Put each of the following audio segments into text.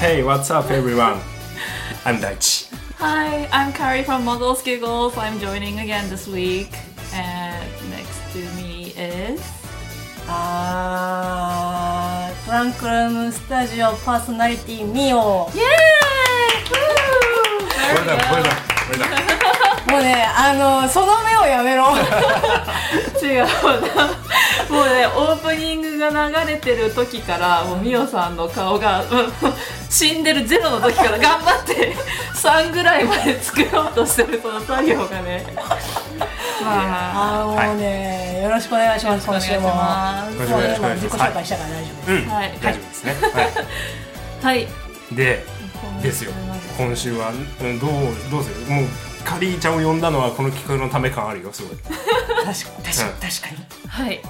Hey, what's up, everyone? I'm Daichi. Hi, I'm Carrie from Models Giggles. I'm joining again this week. And next to me is. あートランクルームスタジオパーソナリティミオも Yay! Woo! There これ we だ、これ go. だ、これだ。うねあのその目をやめろ 違うな。もうね、オープニングが流れてる時から、もうミオさんの顔が、 うん死んでるゼロの時から頑張って、3ぐ らいまで作ろうとしてるその作業がね。まあ、あーもうね、よろしくお願いします今週もす今週ももうよろしくお今願いし自己ます紹介したから大丈夫うです、ん、はい大丈夫ですね。ははい。い。で、ですよ。今週は、うん、どう、どうする、もう。カリーちゃんを呼んだのはこの企画のため感あるよすごい。確かに確かに確かはい。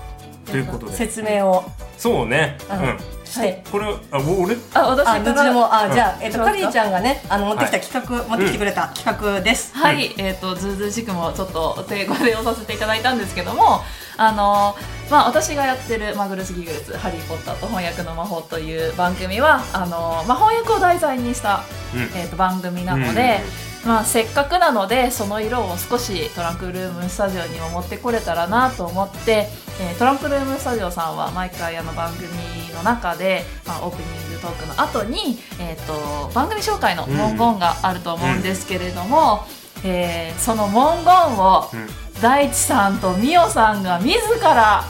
ということにで説明をそうね、あの、して、はいうん、これあお俺あ、私あかどっちらでもあじゃあ、えっとどうカぞリーちゃんがねあの持ってきはたい企画、持ってきてくれた企画です、はい、えっ、とずうずうしくもちょっとお手ごでをさせていただいたんですけどもあのまあ私がやってる「マグルス・ギグルスハリー・ポッターと翻訳の魔法」という番組はあの、まあ、翻訳を題材にした、うんえー、と番組なので、まあ、せっかくなのでその色を少しトランクルームスタジオにも持ってこれたらなと思って、えートランクルームスタジオさんは毎回あの番組の中で、まあ、オープニングトークの後に、えー、と番組紹介の文言があると思うんですけれども、えーその文言をうん、うん大地さんと美桜さんが自ら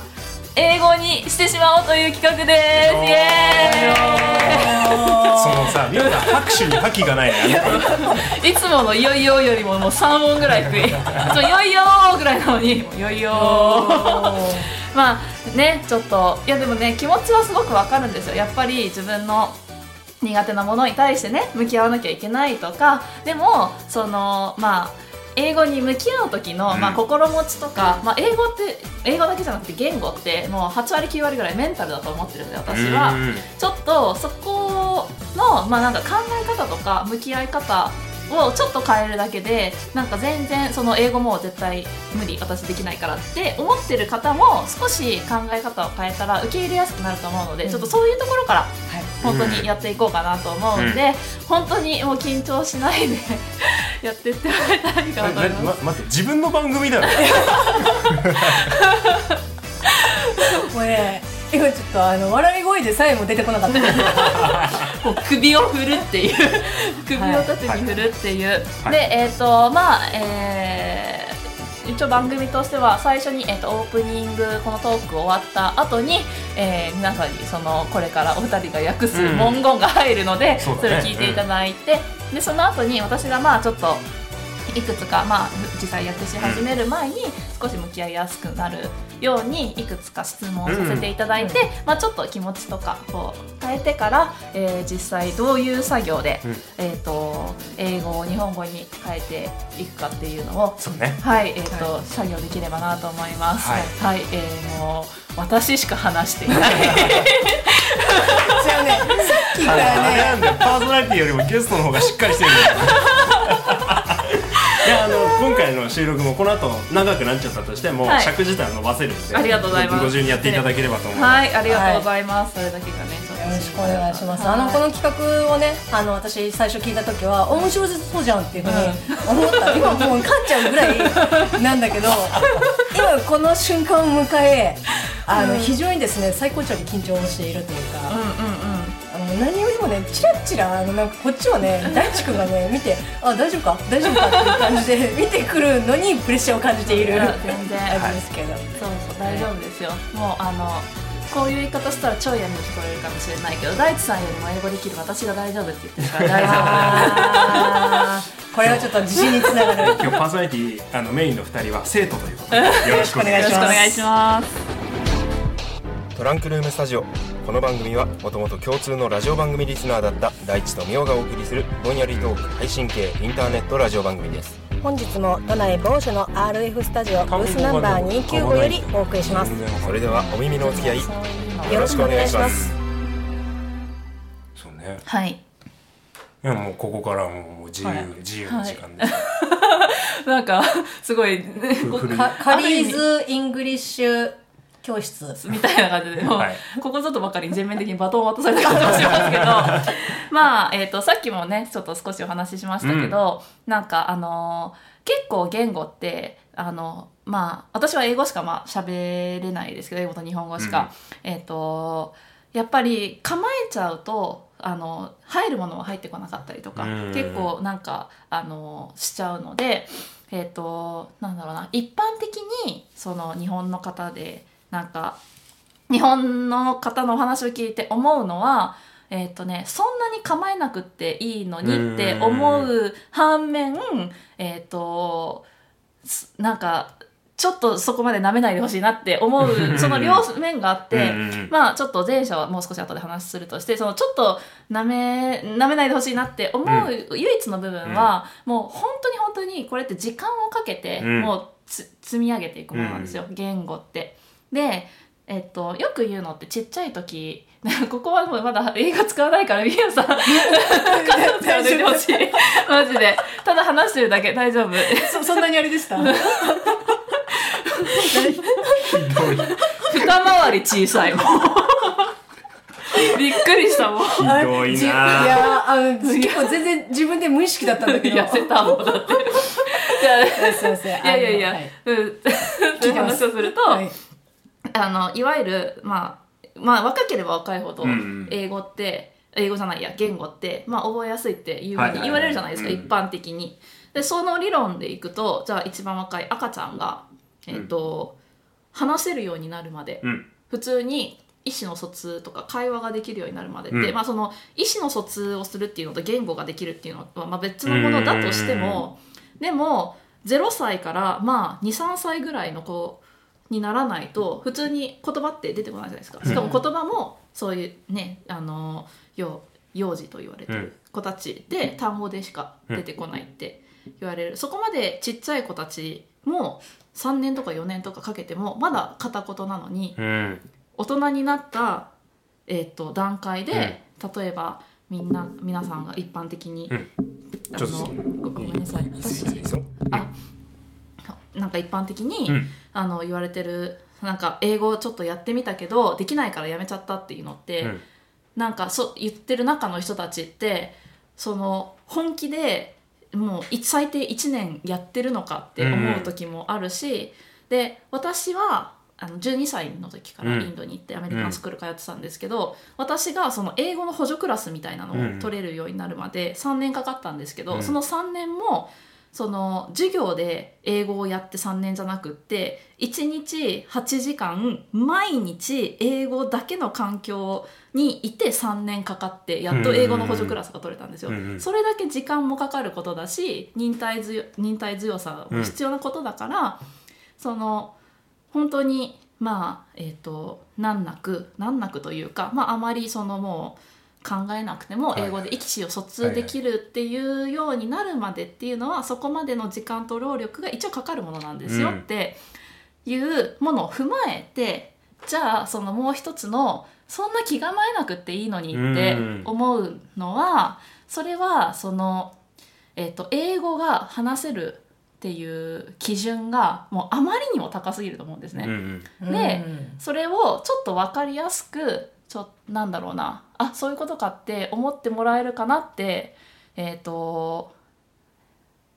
英語にしてしまおうという企画ですイエそのさみんな拍手に覇気がないね。ーイいつもの「いよいよ」よりももう3音ぐら い低い「いつもよいよ」ぐらいなのに「よいよ」まあねちょっといやでもね気持ちはすごくわかるんですよやっぱり自分の苦手なものに対してね向き合わなきゃいけないとかでもそのまあ英語に向き合う時の、うんまあ、心持ちとか、まあ、英語って英語だけじゃなくて言語ってもう8割9割ぐらいメンタルだと思ってるんで私は。うんちょっとそこの、まあ、なんか考え方とか向き合い方をちょっと変えるだけでなんか全然その英語も絶対無理私できないからって思ってる方も少し考え方を変えたら受け入れやすくなると思うので、うんちょっとそういうところからはい本当にやっていこうかなと思うんで、本当にもう緊張しないで やってってもらえたらいいかなと思いえます。なま待って自分の番組だよ。もうね今ちょっとあの笑い声でさえも出てこなかったこう首を振るっていう首を縦に振るっていう、はいでえっ、とまあえー一応番組としては最初に、えー、とオープニングこのトーク終わった後に、えー皆さんにそのこれからお二人が訳すうん文言が入るので、そうだそれね聞いていただいて、でその後に私がまあちょっといくつか、まあ、実際訳し始める前に少し向き合いやすくなるようにいくつか質問をさせていただいて、まあ、ちょっと気持ちとかこう変えてから、えー実際どういう作業で、うんえー、と英語を日本語に変えていくかっていうのを、そうね。はいえーと作業できればなと思います。ははいいえーもう私しか話してい ないじゃあねさっきあかのらあれねなんだよパーソナリティよりもゲストの方がしっかりしてるんだ よいやあの今回の収録もこの後長くなっちゃったとしても、はい尺自体は伸ばせるんでありがとうございますご自由にやっていただければと思います、はいありがとうございます、それだけがねちょっとよろしくお願いします。はいあのこの企画をね、あの私最初聞いた時は面白そうじゃんっていうふうに思った。今もうかっちゃうぐらいなんだ けど、今この瞬間を迎え、あの、非常にですね最高潮に緊張しているといううんか、うんうんあの何よりもねチラッチラあのなんかこっちをね大地君がね見て、あ大丈夫か大丈夫かっていう感じ で見てくるのにプレッシャーを感じているいや感全然じですけど。そうそう大丈夫ですよ、もうあのこういう言い方したら超嫌に聞こえるかもしれないけど大地さんよりも英語できる私が大丈夫って言ってるから大丈あーこれはちょっと自信につながる。今日パーソナリティあのメインの2人は生徒ということでよろしくお願夫よいろ ししくおま願いしますすトランクルームスタジオこの番組はもともと共通のラジオ番組リスナーだった大地とみおがお送りするぼんやりトーク配信系インターネットラジオ番組です本日も都内某所の RF スタジオブースナンバー295よりお送りしますそれではお耳のお付き合いそういうのよろしくお願いしますそうねはいいやもうここからはもう自由、自由の時間です、なんかすごいねふふる カカリーズ・イングリッシュ教 室みたいな感じで、もうはいここぞとばかりに全面的にバトンを渡された感じもします けど、まあ、えっ、と、さっきもね、ちょっと少しお話ししましたけど、なんか、あのー結構言語って、あの、まあ、私は英語しかまあ喋れないですけど、英語と日本語しか。えっ、と、やっぱり構えちゃうと、あの、入るものは入ってこなかったりとか、うん結構なんか、あの、しちゃうので、えっ、と、なんだろうな、一般的に、その日本の方で、なんか、日本の方のお話を聞いて思うのは、えっ、とね、そんなに構えなくっていいのにって思う反面、えっ、と、すなんか、ちょっとそこまで舐めないでほしいなって思うう、んその両面があっうんて、うんうんまあちょっと前者はもう少し後で話するとして、そのちょっと舐め、舐めないでほしいなって思う唯一の部分は、もう本当に本当にこれって時間をかけて、うんもうつ積み上げていくものなんですよ、言語って。で、えっと、よく言うのってちっちゃい時 ここはもうまだ映画使わないからみゆさん彼女使わないでほしい マジでただ話してるだけ 大丈夫そ そんなにあれでした二回り小さいも うびっくりしたもうあれひどいなぁじい やあの結構全然自分で無意識だったんだけど痩せたもんだってすいませんいやいやいやいや、あのはいうんっていう話をすると、はいあのいわゆる、まあ、まあ若ければ若いほどうんうん英語って、英語じゃないや言語って、まあ、覚えやすいっていうふはいうはいはにい言われるじゃないですか、うん一般的に。でその理論でいくとじゃあ一番若い赤ちゃんが、えっと話せるようになるまで、うん普通に意思の疎通とか会話ができるようになるまでって、うんまあ、その意思の疎通をするっていうのと言語ができるっていうのは、まあ、別のものだとしてもでも0歳からまあ23歳ぐらいの子にならないと普通に言葉って出てこないじゃないですかしかも言葉もそういうねあの幼幼児と言われてる子たちで単語でしか出てこないって言われるそこまでちっちゃい子たちも3年とか4年とかかけてもまだ片言なのにうん大人になった、えー、と段階で、例えばみんな皆さんが一般的に、うんあちょっとそのごごめんなさい私あなんか一般的に、うんあの言われてるなんか英語をちょっとやってみたけどできないからやめちゃったっていうのって、うんなんかそ言ってる中の人たちってその本気でもうい最低1年やってるのかって思う時もあるし、で私はあの12歳の時からうんインドに行ってアメリカンスクール通ってたんですけど、私がその英語の補助クラスみたいなのを取れるようになるまで3年かかったんですけど、うんその3年もその授業で英語をやって3年じゃなくって1日8時間毎日英語だけの環境にいて3年かかってやっと英語の補助クラスが取れたんですよ。うんうんうんそれだけ時間もかかることだし忍耐強忍耐強さも必要なことだから、その本当にまあえっ、と難なく難なくというか、まあ、あまりそのもう考えなくてもはい英語で意思を疎通できるっていうようになるまでっていうのはそこまでの時間と労力が一応かかるものなんですようんっていうものを踏まえてじゃあそのもう一つのそんな気構えなくっていいのにってうん思うのはそれはその、えっと英語が話せるっていう基準がもうあまりにも高すぎると思うんですね。うんうんねうんそれをちょっと分かりやすくちょなんだろうなあそういうことかって思ってもらえるかなってえっ、と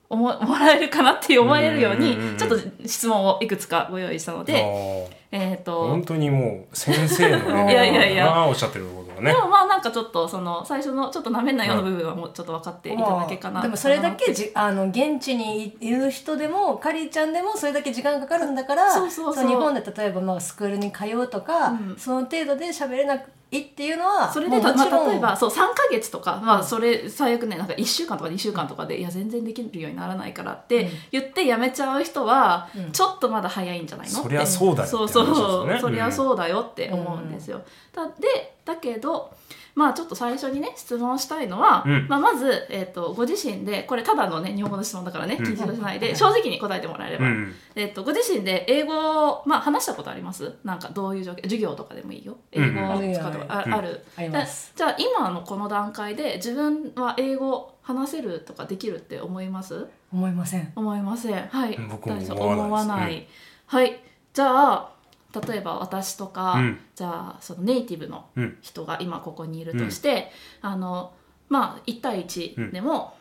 思もらえるかなって思えるようにうんうんうんうんちょっと質問をいくつかご用意したので、あーえっ、と本当にもう先生のレベルだないやいやいやおっしゃってることがねでもまあなんかちょっとその最初のちょっとなめんなような部分はもうちょっと分かっていただけかなでもそれだけじあの現地にいる人でもカリーちゃんでもそれだけ時間かかるんだからそうそうそうの日本で例えばまあスクールに通うとか、うんその程度で喋れないっていうのはそれもでうた、もまちろんあ、例えばそう3ヶ月とか、まあ、それ最悪ねなんか1週間とか2週間とかでいや全然できるようにならないからっうてん言ってやめちゃう人は、うんちょっとまだ早いんじゃないのそりゃそうだよそうって話そでうすそよねりゃそうだよって思うんですよ。だでだけどまあちょっと最初にね質問したいのは、うんまあ、まず、えっとご自身でこれただのね日本語の質問だからねうん緊張しないで、正直に答えてもらえれば、うんえっとご自身で英語を、まあ、話したことありますなんかどういう状況授業とかでもいいよ英語を使うとか、あうんある、ありでます。じゃあ今のこの段階で自分は英語話せるとかできるって思います思いません。思いませんはい僕も大丈夫思わないです思はいじゃあ例えば私とか、うんじゃあそのネイティブのうん人が今ここにいるとして、あのまあ1対1でも、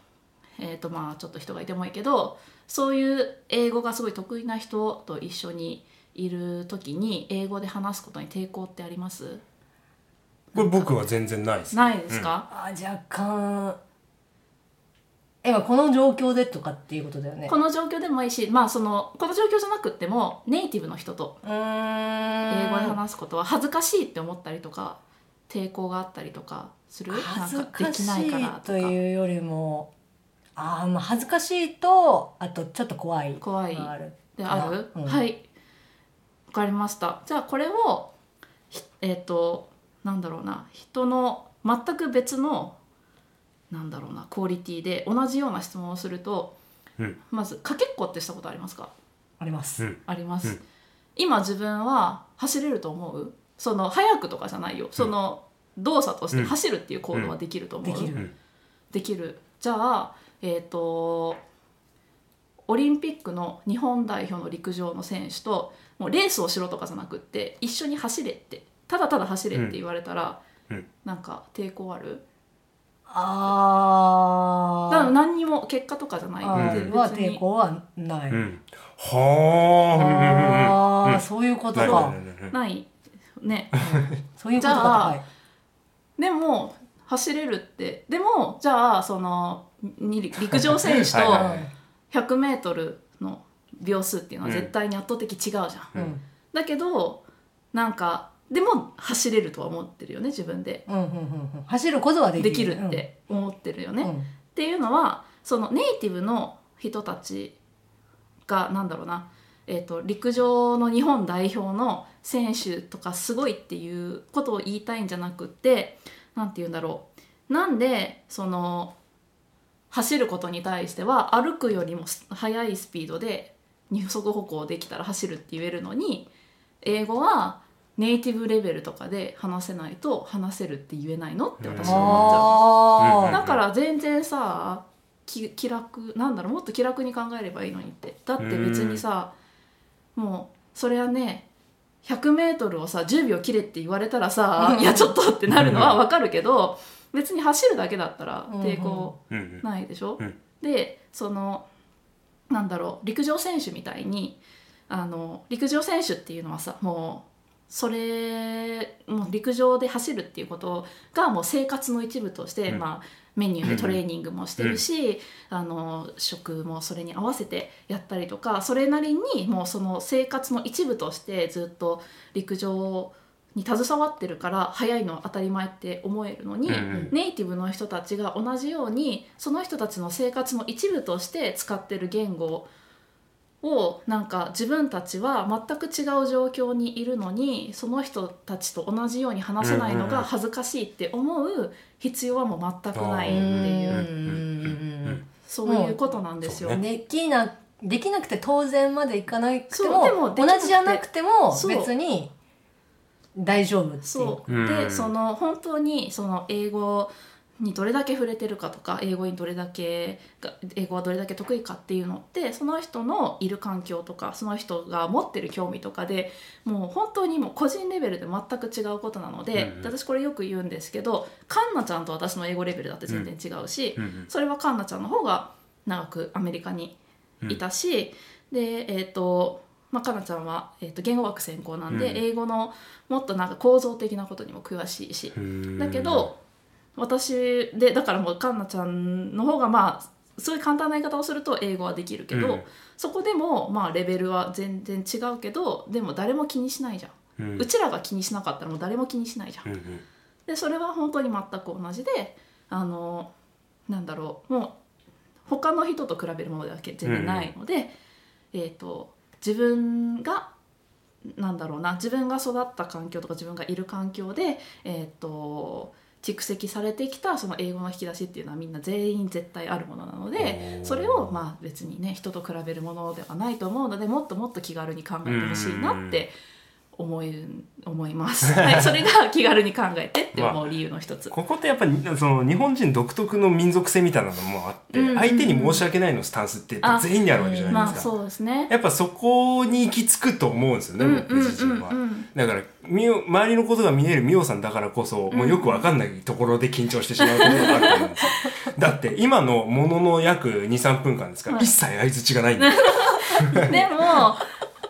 えー、とまあちょっと人がいてもいいけどそういう英語がすごい得意な人と一緒にいる時に英語で話すことに抵抗ってありますこれ僕は全然ないです。ないですか、あ若干今この状況でとかっていうことだよねこの状況でもいいし、まあ、そのこの状況じゃなくってもネイティブの人とうーん英語で話すことは恥ずかしいって思ったりとか抵抗があったりとかする恥ずなんかでしきないからいととかいうよりもあーまあ恥ずかしいとあとちょっと怖い怖いのがあるである、うんはいわかりましたじゃあこれをひえっ、となんだろうな人の全く別のなんだろうなクオリティで同じような質問をするとうんまずかけっこってしたことありますかあります、うんあります、うん今自分は走れると思うその速くとかじゃないよその動作として走るっていう行動はできると思う、うんできうるんできるじゃあえっ、とオリンピックの日本代表の陸上の選手ともうレースをしろとかじゃなくって一緒に走れってただただ走れって言われたら、うんうんなんか抵抗あるあだーから何にも結果とかじゃないあんでーは別抵に抗はない、うんはああ。あ、そういうことないかないないないないねそういうことじかゃあはいでも走れるってでもじゃあそのに陸上選手 とはいはいはい 100m の秒数っていうのは絶対に圧倒的違うじゃん、うんだけどなんかでも走れるとは思ってるよね自分でうんうんうんうん走ることはできでるきるって思ってるよね、うんうっんていうのはそのネイティブの人たちがなんだろうな、えー、と陸上の日本代表の選手とかすごいっていうことを言いたいんじゃなくってなんて言うんだろうなんでその走ることに対しては歩くよりもす速いスピードで二足歩行できたら走るって言えるのに英語はネイティブレベルとかで話せないと話せるって言えないのって私は思っちゃう。あうんだから全然さき気楽なんだろうもっと気楽に考えればいいのにってだって別にさもうそれはね 100m をさ10秒切れって言われた らさいやちょっとってなるのはわかるけど別に走るだけだったら抵抗うんうんないでしょ、うんでそのなんだろう陸上選手みたいにあの陸上選手っていうのはさもうそれもう陸上で走るっていうことがもう生活の一部として、うんまあ、メニューでトレーニングもしてるし、あの食もそれに合わせてやったりとかそれなりにもうその生活の一部としてずっと陸上に携わってるから速いのは当たり前って思えるのに、うんうんネイティブの人たちが同じようにその人たちの生活の一部として使ってる言語をなんか自分たちは全く違う状況にいるのにその人たちと同じように話せないのが恥ずかしいって思う必要はもう全くないっていう、うんそういうことなんですよ。そうねできなできなくて当然までいかなくてそうでももでき同なくてじじゃなくてもそう別に大丈夫っていうそう、うんでその本当にその英語にどれだけ触れてるかとか英語にどれだけが英語はどれだけ得意かっていうのってその人のいる環境とかその人が持ってる興味とかでもう本当にもう個人レベルで全く違うことなので,で、うんうん私これよく言うんですけどカンナちゃんと私の英語レベルだって全然違うし、うんうんそれはカンナちゃんの方が長くアメリカにいたし、でえっ、と、まあ、カンナちゃんは、えー、と言語学専攻なんで、うん英語のもっとなんか構造的なことにも詳しいし、うんだけど私でだからもうカンナちゃんの方がまあすごい簡単な言い方をすると英語はできるけど、うんそこでもまあレベルは全然違うけどでも誰も気にしないじゃん、うんうちらが気にしなかったらもう誰も気にしないじゃんうんうんでそれは本当に全く同じであのなんだろうもう他の人と比べるものでは全然ないので、えー、と自分がなんだろうな自分が育った環境とか自分がいる環境で、えー、と蓄積されてきたその英語の引き出しっていうのはみんな全員絶対あるものなのでおーそれをまあ別にね人と比べるものではないと思うのでもっともっと気軽に考えてほしいなって思い思います、 はい、それが気軽に考えてって思う理由の一つ、ここってやっぱりその日本人独特の民族性みたいなのもあって、うんうんうん相手に申し訳ないのスタンスってあ全員にあるわけじゃないまであすか、そうですねやっぱそこに行き着くと思うんですよね、うん僕自身は、うんうんうんだからみお周りのことが見えるミオさんだからこそ、もうよくわかんないところで緊張してしまうことがあると思うんですよだって今のものの約23分間ですから、はい一切相づちがないんです でも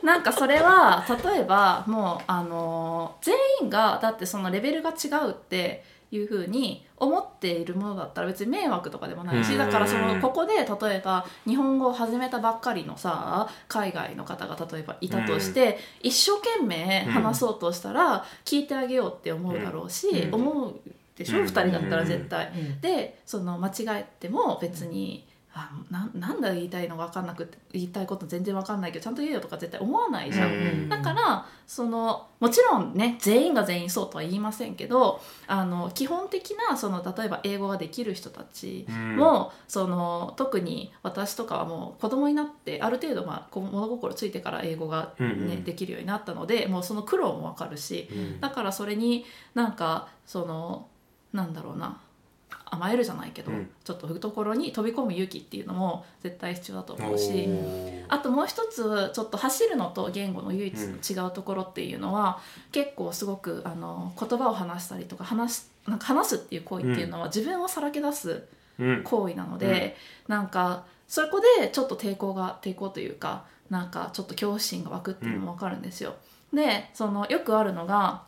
なんかそれは例えばもうあのー全員がだってそのレベルが違うっていうふうに思っているものだったら別に迷惑とかでもないしだからそうんのここで例えば日本語を始めたばっかりのさ海外の方が例えばいたとして一生懸命話そうとしたら聞いてあげようって思うだろうしうん思うでしょうん2人だったら絶対。うんでその間違えても別に、あななんだ言いたいの分かんなくて言いたいこと全然分かんないけどちゃんと言えよとか絶対思わないじゃん。うんだからそのもちろんね全員が全員そうとは言いませんけどあの基本的なその例えば英語ができる人たちも、その特に私とかはもう子供になってある程度、まあ、こう物心ついてから英語が、うねんうんできるようになったのでもうその苦労も分かるし、だからそれになんかそのなんだろうな甘えるじゃないけど、うんちょっと懐に飛び込む勇気っていうのも絶対必要だと思うおしーあともう一つちょっと走るのと言語の唯一の違うところっていうのは、結構すごくあの言葉を話したりとか話すなんか話すっていう行為っていうのは自分をさらけ出すうん行為なので、なんかそこでちょっと抵抗が抵抗というかなんかちょっと恐怖心が湧くっていうのもわかるんですよ。でそのよくあるのが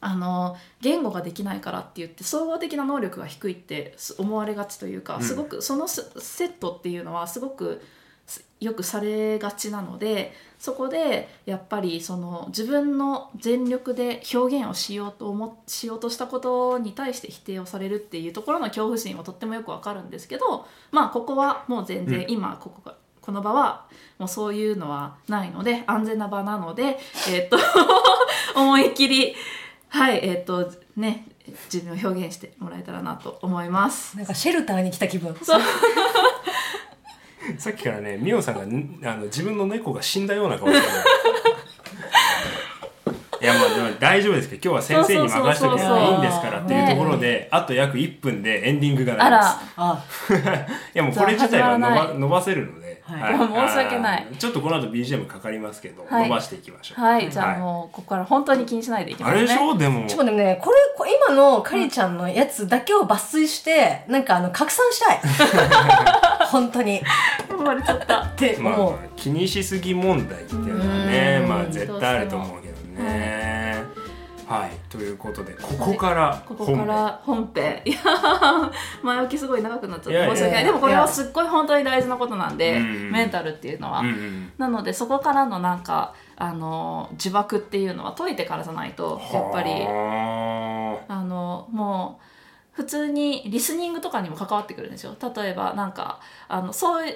あの言語ができないからって言って総合的な能力が低いってす思われがちというかうんすごくそのスセットっていうのはすごくすよくされがちなのでそこでやっぱりその自分の全力で表現をしようと思しようとしたことに対して否定をされるっていうところの恐怖心はとってもよくわかるんですけどまあここはもう全然今ここが。この場はもうそういうのはないので安全な場なので、えっと 思いっきりはいえっとね自分を表現してもらえたらなと思います。なんかシェルターに来た気分そうさっきからねミオさんがんあの自分の猫が死んだような顔してるいやもうでも大丈夫ですけど今日は先生に任せておけそうそうそうばそいういんですからっていうところで、あと約1分でエンディングがなありまらすあいやもうこれ自体は伸じゃあ始まばら伸ばせるので、はいいや申し訳ないあーちょっとこの後 BGM かかりますけど、はい伸ばしていきましょうはいじゃあもうここから本当に気にしないでいきまあすね。れでし ょでもちょっとでもねこれこ今のかりちゃんのやつだけを抜粋してなんかあの拡散 したい本当にっ生まれちゃった。てまあ思う、まあ気にしすぎ問題っていうのはねうんまあ絶対あると思うけどねはい、ということでここからここから本編いや前置きすごい長くなっちいやゃっいやて申し訳ないでもこれはすっごい本当に大事なことなんでうんメンタルっていうのは本。編うんなのでそこからのなんかあの呪縛っていうのは解いてからじゃないとうんやっぱりはあのもう普通にリスニングとかにも関わってくるんですよ例えばなんかあのそう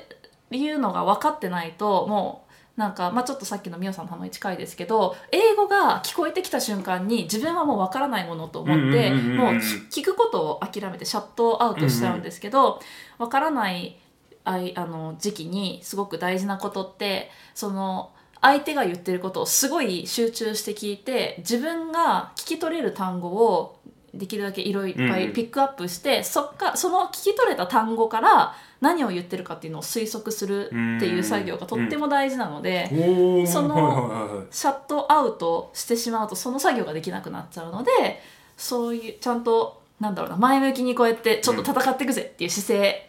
いうのが分かってないともうなんか、まあ、ちょっとさっきのミオさんの話に近いですけど英語が聞こえてきた瞬間に自分はもう分からないものと思ってうんうんうんうんもう聞聞くことを諦めてシャットアウトしちゃうんですけど分からないあいあの時期にすごく大事なことってその相手が言ってることをすごい集中して聞いて自分が聞き取れる単語をできるだけいろいっぱうんうんいピックアップして、そっかその聞き取れた単語から何を言ってるかっていうのを推測するっていう作業がとっても大事なので。ーおーそのはいはいはいはいシャットアウトしてしまうとその作業ができなくなっちゃうのでそういうちゃんとなんだろうな前向きにこうやってちょっと戦っていくぜっていう姿勢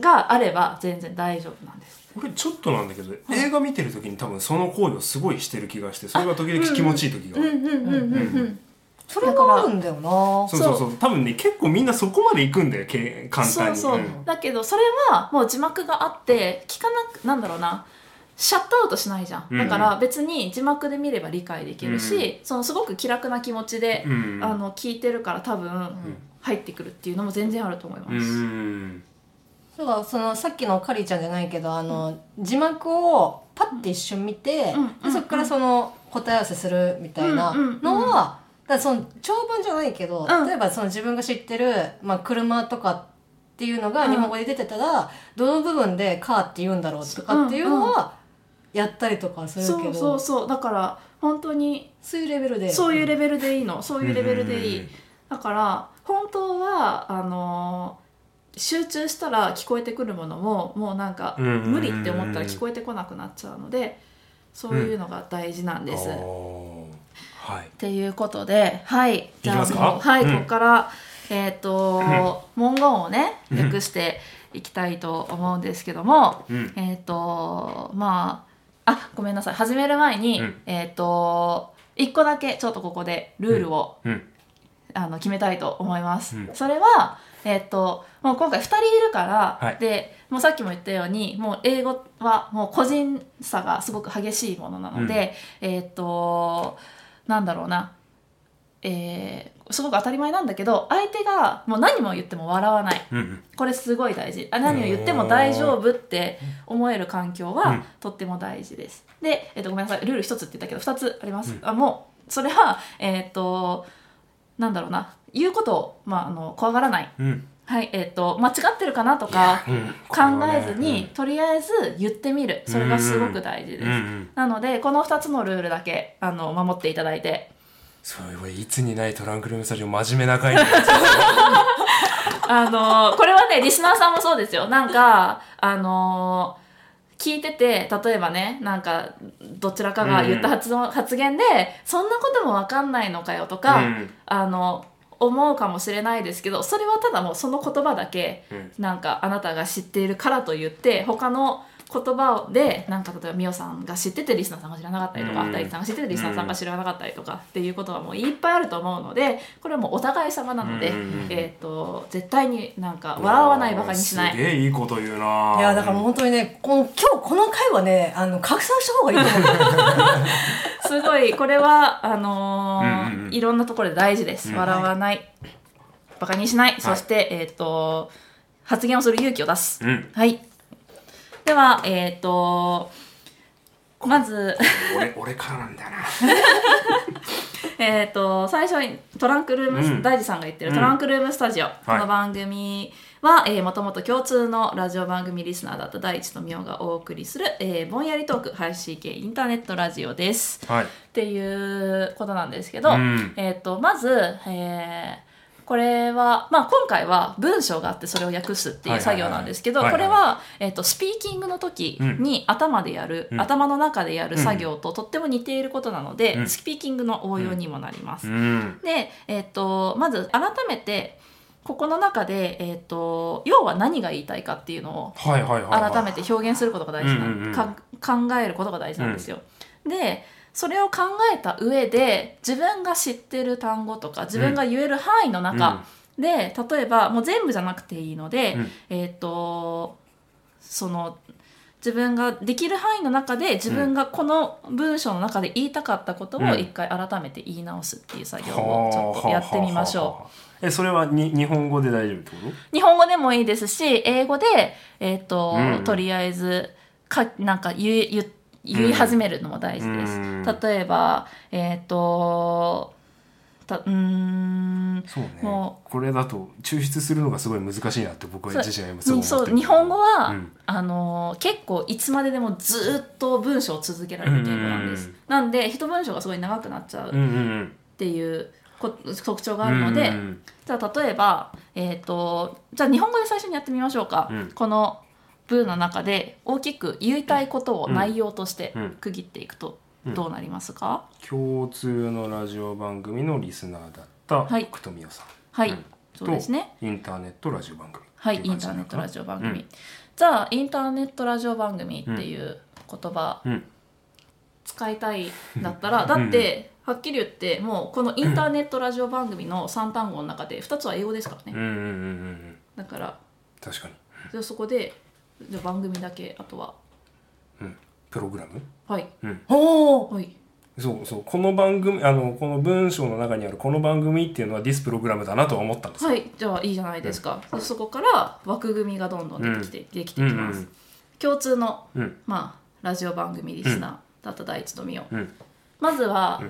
があれば全然大丈夫なんです。これちょっとなんだけど、映画見てる時に多分その行為をすごいしてる気がしてそれが時々気持ちいい時がある、うんうんうんうんそれがあるんだよなそうそうそう多分ね結構みんなそこまで行くんだよけ簡単そうにそう、んだけどそれはもう字幕があって聞かなくなんだろうなシャットアウトしないじゃん、うんだから別に字幕で見れば理解できるし、うんそのすごく気楽な気持ちで、うんあの聞いてるから多分入ってくるっていうのも全然あると思います。うんそうだそのさっきのカリちゃんじゃないけどあの、字幕をパッて一瞬見て、うんうんでそこからその答え合わせするみたいなうんうんうんのは、だからその長文じゃないけど、うん例えばその自分が知ってる、まあ、車とかっていうのがうん日本語で出てたら、どの部分で「カー」って言うんだろうとかっていうのは、やったりとかはするけどそうそうそうだから本当にそういうレベルでそういうレレベルでいいのそういうレベルでいい、うんだから本当はあのー集中したら聞こえてくるものももうなんかうんうんうんうん無理って思ったら聞こえてこなくなっちゃうのでそういうのが大事なんです。あっーはい。ていうことではいいきじゃあますかもうはい、うんここから、えっと文言をね訳していきたいと思うんですけども。うん。えっ、とまああごめんなさい始める前に、うんえっ、と一個だけちょっとここでルールを、うん。あの決めたいと思います、うんそれはえっ、ともう今回2人いるから、はいでもうさっきも言ったようにもう英語はもう個人差がすごく激しいものなので、えっ、となんだろうなえーすごく当たり前なんだけど相手がもう何も言っても笑わないうん。これすごい大事あ何を言っても大丈夫って思える環境うんはとっても大事です、で、えっとごめんなさいルール一つって言ったけど二つあります、あもうそれはえっとなんだろうな言うことを、まあ、あの怖がらない、うん。はいえっと間違ってるかなとかうん考えずに、、とりあえず言ってみるそれがすごく大事こです、れはねうんうん。なのでこの2つのルールだけあの守っていただいてそういえばいつにないトランクルームスタジオ真面目な回にあのーこれはねリスナーさんもそうですよなんかあのー聞いてて例えばねなんかどちらかが言った発,、発言でそんなことも分かんないのかよとか、うんあの思うかもしれないですけどそれはただもうその言葉だけうんなんかあなたが知っているからと言って他の言葉でなんか例えばミオさんが知っててリスナーさんが知らなかったりとか、うん大地さんが知っててリスナーさんが知らなかったりとかっていうことはもういっぱいあると思うのでこれはもうお互い様なので、うんうんうんえー、と絶対になんか笑わないバカにしなすい。げえいいこと言うないいやだからもう本当にねこの今日この回はねあの拡散した方がいいと思うすごいこれはあのーうんうんうんいろんなところで大事です。笑わない、バカにしない、そして、えっ、と発言をする勇気を出す。うんはい。ではえっ、とまず俺俺からなんだよなえっと最初にトランクルーム、うん大地さんが言ってるうんトランクルームスタジオ、こはいの番組は、えー、もともと共通のラジオ番組リスナーだった大地とみおがお送りする、えーぼんやりトーク配信系インターネットラジオです。はいっていうことなんですけど、うんえっとまず、えーこれは、まあ、今回は文章があってそれを訳すっていう作業なんですけど、はいはいはいこれは、えっとスピーキングの時に頭でやる、うん頭の中でやる作業ととっても似ていることなので、うんスピーキングの応用にもなります。うんで、えっとまず改めてここの中で、えっと要は何が言いたいかっていうのをはいはいはいはい改めて表現することが大事な、うんうんうんか考えることが大事なんですよ。でそれを考えた上で自分が知ってる単語とか自分が言える範囲の中で、例えばもう全部じゃなくていいので、うんえっ、とその自分ができる範囲の中で自分がこの文章の中で言いたかったことをうん一回改めて言い直すっていう作うん業をちょっとやってみましょう。うえそれはに日本語で大丈夫ってこ日本語でもいいですし英語で、えーとうんとりあえずかなんか言い言い言い始めるのも大事です。うん例えばえっ、とたうーんとそうねもこれだと抽出するのがすごい難しいなって僕はそう自身は今すごいに思ってそるう日本語は、うんあのー結構いつまででもずっと文章を続けられる言語なんです。うんなんで一文章がすごい長くなっちゃううんうんっていうこ特徴うがんあるので。うんうんじゃあ例えば、えー、とじゃあ日本語で最初にやってみましょうか、うんこの文の中で大きく言いたいことを内容としてうん区切っていくとうんどうなりますか、共通のラジオ番組のリスナーだったはい福富代さんはい、うんそうですねインターネットラジオ番組はいっイてうン感じターなネのッかトなラジオ番組、じゃあインターネットラジオ番組っていう言葉、うん使いたいんだったらだってはっきり言ってもうこのインターネットラジオ番組の3単語の中で2つは英語ですからうねんうんうんうんうんだから確かにじゃあそこでじゃあ番組だけあとはプログラムはい おおはいそうそうこの番組あのこの文章の中にあるこの番組っていうのはディスプログラムだなとは思ったんですはいじゃあいいじゃないですか、そこから枠組みがどんどんできて,、できてきます、うん共通の、うんまあ、ラジオ番組リスナーだった第一とみよ、うんまずは、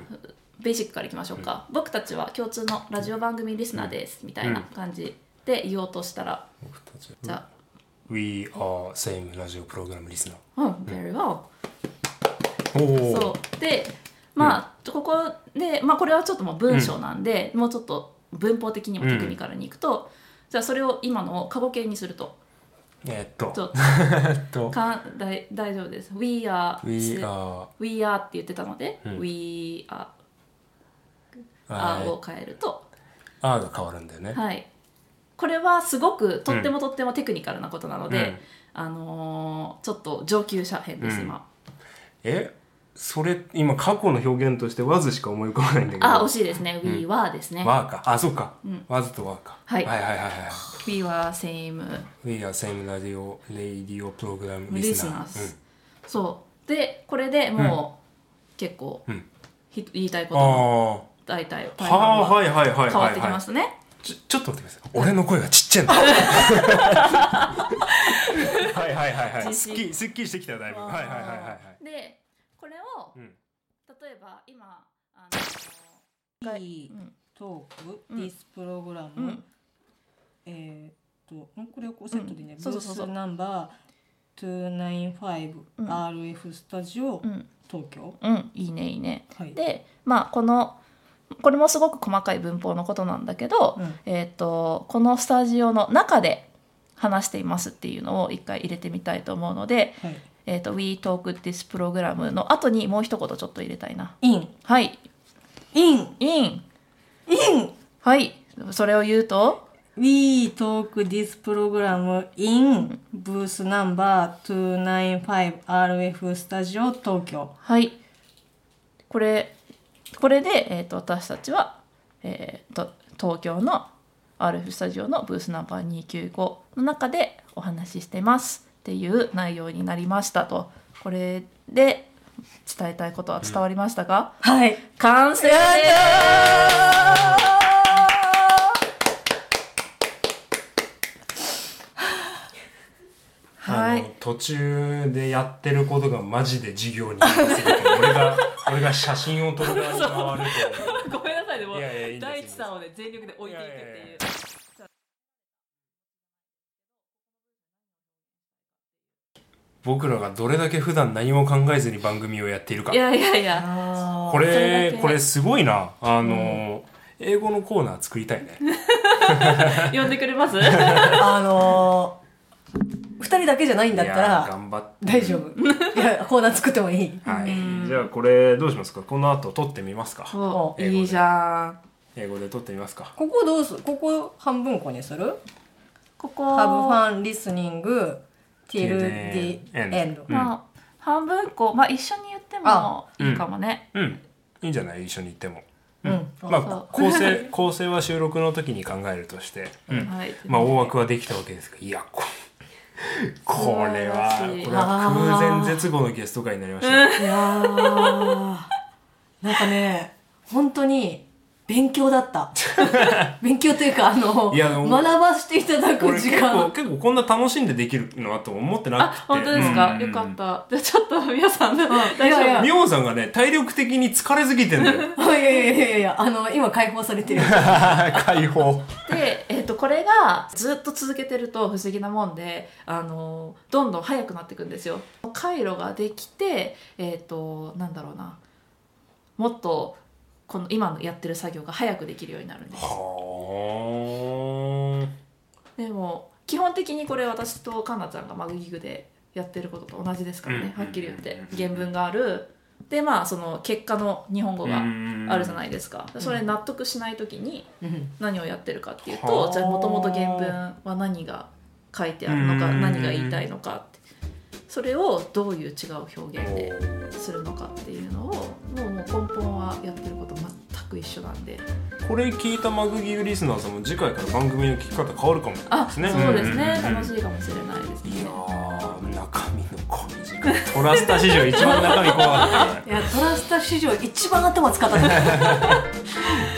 ベーシックからいきましょうか、僕たちは共通のラジオ番組リスナーです、みたいな感じで言おうとしたら、僕たちじゃ We are same ラジオプログラムリスナーあ「うん、very well」おーそうでまあ、ここで、まあ、これはちょっともう文章なんで、もうちょっと文法的にもテクニカルにいくと、じゃあそれを今のを過去形にするとえーっとちょっえーっととかん大大丈夫です「We are」 We are We are って言ってたので「うん We are」あーを変えると、あーが変わるんだよね、はい、これはすごくとってもとってもテクニカルなことなので、うんあのーちょっと上級者編です、うん今えそれ今過去の表現として「わず」しか思い浮かばないんだけどあ惜しいですね「We う were」ですね「わーかあそうか、んわずとわーか、はいはいはいはいはい We were same We are same radio radio program リス listener ナース、そうでこれでもう、結構、うんひ言いたいこうん、ともあ大体あ大はあ半ははいはいはいはい変わってきましたね、ちょちょっと待ってください。俺の声がちっちゃいの。はいはいはいはい。すっきりすっきりしてきたよだいぶ。はいはいはいはいはい。でこれをうん例えば今あのいうんトーク、うん This プログラうム、んえーっとんこれをこうセットでね、うんブそうそーうそうそスうナンバーうん 295RF スタジオ、うん、東京うん、いいねいいねはいでまあこのこれもすごく細かい文法のことなんだけど、うんえー、とこのスタジオの中で話していますっていうのを一回入れてみたいと思うのではい「えー、と We Talk This Program」の後にもう一言ちょっと入れたいな。 in はい、 in in in はいそれを言うと We talk this program in ブースナンバー 295RF スタジオ東京はいこれこれで、えー、と私たちは、えー、と東京の RF スタジオのブースナンバー295の中でお話ししてますっていう内容になりましたとこれで伝えたいことは伝わりましたか、はい完成ですはあのい途中でやってることがマジで授業になりすぎて、俺が 俺が写真を撮る側に回る ごめんなさいでと。いやいやいいんです。大地さんをね全力で置いていくっていういやいやいや僕らがどれだけ普段何も考えずに番組をやっているかい。やいや いやあこそれだれけこれすごいな。あの、英語のコーナー作りたいね。呼んでく れますあのー、2人だけじゃないんだったいやら頑張って。大丈 夫いやコーナー作ってもいいはい。じゃあこれどうしますか。この後撮ってみますか。お英語でいいじゃん英語で撮ってみますか。ここどうすここ半分こにするここハブファンリスニング till Till the the end end まあ、半分こまあ一緒に言ってもあいいかもね。うん。いいんじゃない一緒に行っても。うんまそうあ構成 構成は収録の時に考えるとして、うんはい。まあ大枠はできたわけですが、いやここれは素晴らしいこれは空前絶後のゲスト会になりましたね。いやーなんかね本当に勉強だった 勉強というかあのいやでも学ばせていただこくれ時結構間結構こんな楽しんでできるのはと思ってなあくて、本当ですか、うんよかった。じゃあちょっと皆さん、大いやい丈やミョウさんがね体力的に疲れすぎてんだよいやいやいやいやいやあの今解放されてる 解放夫で、えっ、と、これがずっと続けてると不思議なもんで、あのーどんどん速くなっていくんですよ。回路ができて、えっ、と、なんだろうな。もっと、この今のやってる作業が早くできるようになるんです。はでも、基本的にこれ私とかなちゃんがマグギグでやってることと同じですからね、うんはっきり言って。原文がある。で、まあ、その結果の日本語が。ああるじゃないいですか、それ納得しない時にうん何をやってるかっていうはとあじゃあもともと原文は何が書いてあるのかうん何が言いたいのかってそれをどういう違う表現でするのかっていうのをもうもう根本はやってること全く一緒なんでこれ聞いたマグギグリスナーさんも次回から番組の聞き方変わるかもしれないあですねそうですね、楽いしいかもしれないですいねやー中身の濃い時間トラスタ史上一番中身濃かっいやトラスタ史上一番 頭使ったと思うた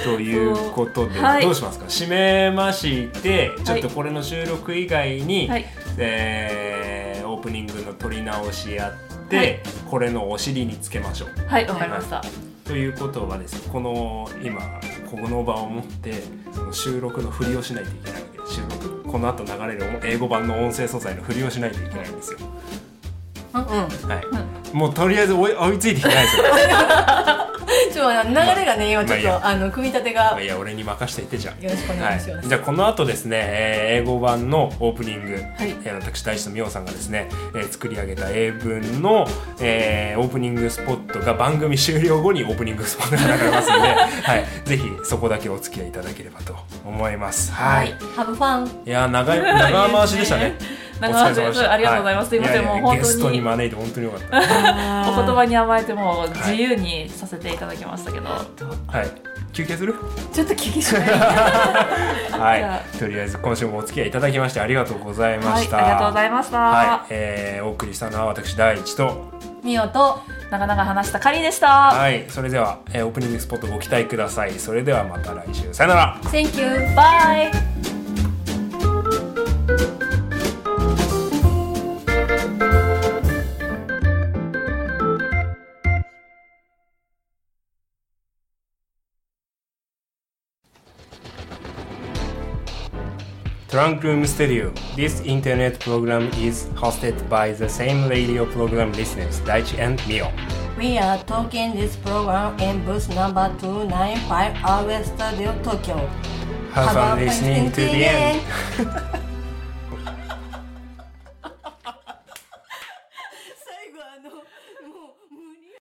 ということで、はいどうしますか締めましてちょっとこれの収録以外に、はいえーオープニングの撮り直しやって、はいこれのお尻につけましょうはいわかりましたということはですねこの今この場を持ってその収録のふりをしないといけないわけです収録この後流れる英語版の音声素材のふりをしないといけないんですようんはい、もうとりあえず追い追いついてきてないですよ ちょっと流れがね今ちまあょっいいとあの組み立てがまあいや俺に任せていってじゃんよろしくお願いしますじゃあこの後ですね、えー英語版のオープニング、い。えー私大志と美桜さんがですね、えー作り上げた英文の、えーオープニングスポットが番組終了後にオープニングスポットが流れますので、はい、ぜひそこだけお付き合いいただければと思います。はい、ハブファンいやー長い長回しでしたね 長回しですお疲れ様したありがとうございますすいませんややもう本当にゲストに招いて本当によかった。お言葉に甘えてもう自由にさせていただきましたけど、はい、休憩する？ちょっと聞きしないじゃはい、とりあえず今週もお付き合いいただきましてありがとうございまはい、ありした。がとうございました、はい、えー、お送りしたのは私第一とミオと長々話したカリーでしたはいそれでは、えーオープニングスポットご期待くださいそれではまた来週さよなら Thank you バイトランクルームステディオ This internet program is hosted by the same radio program listeners 大地 and Mio We are talking this program in booth number 295 our studio Tokyo Have fun listening to the end end.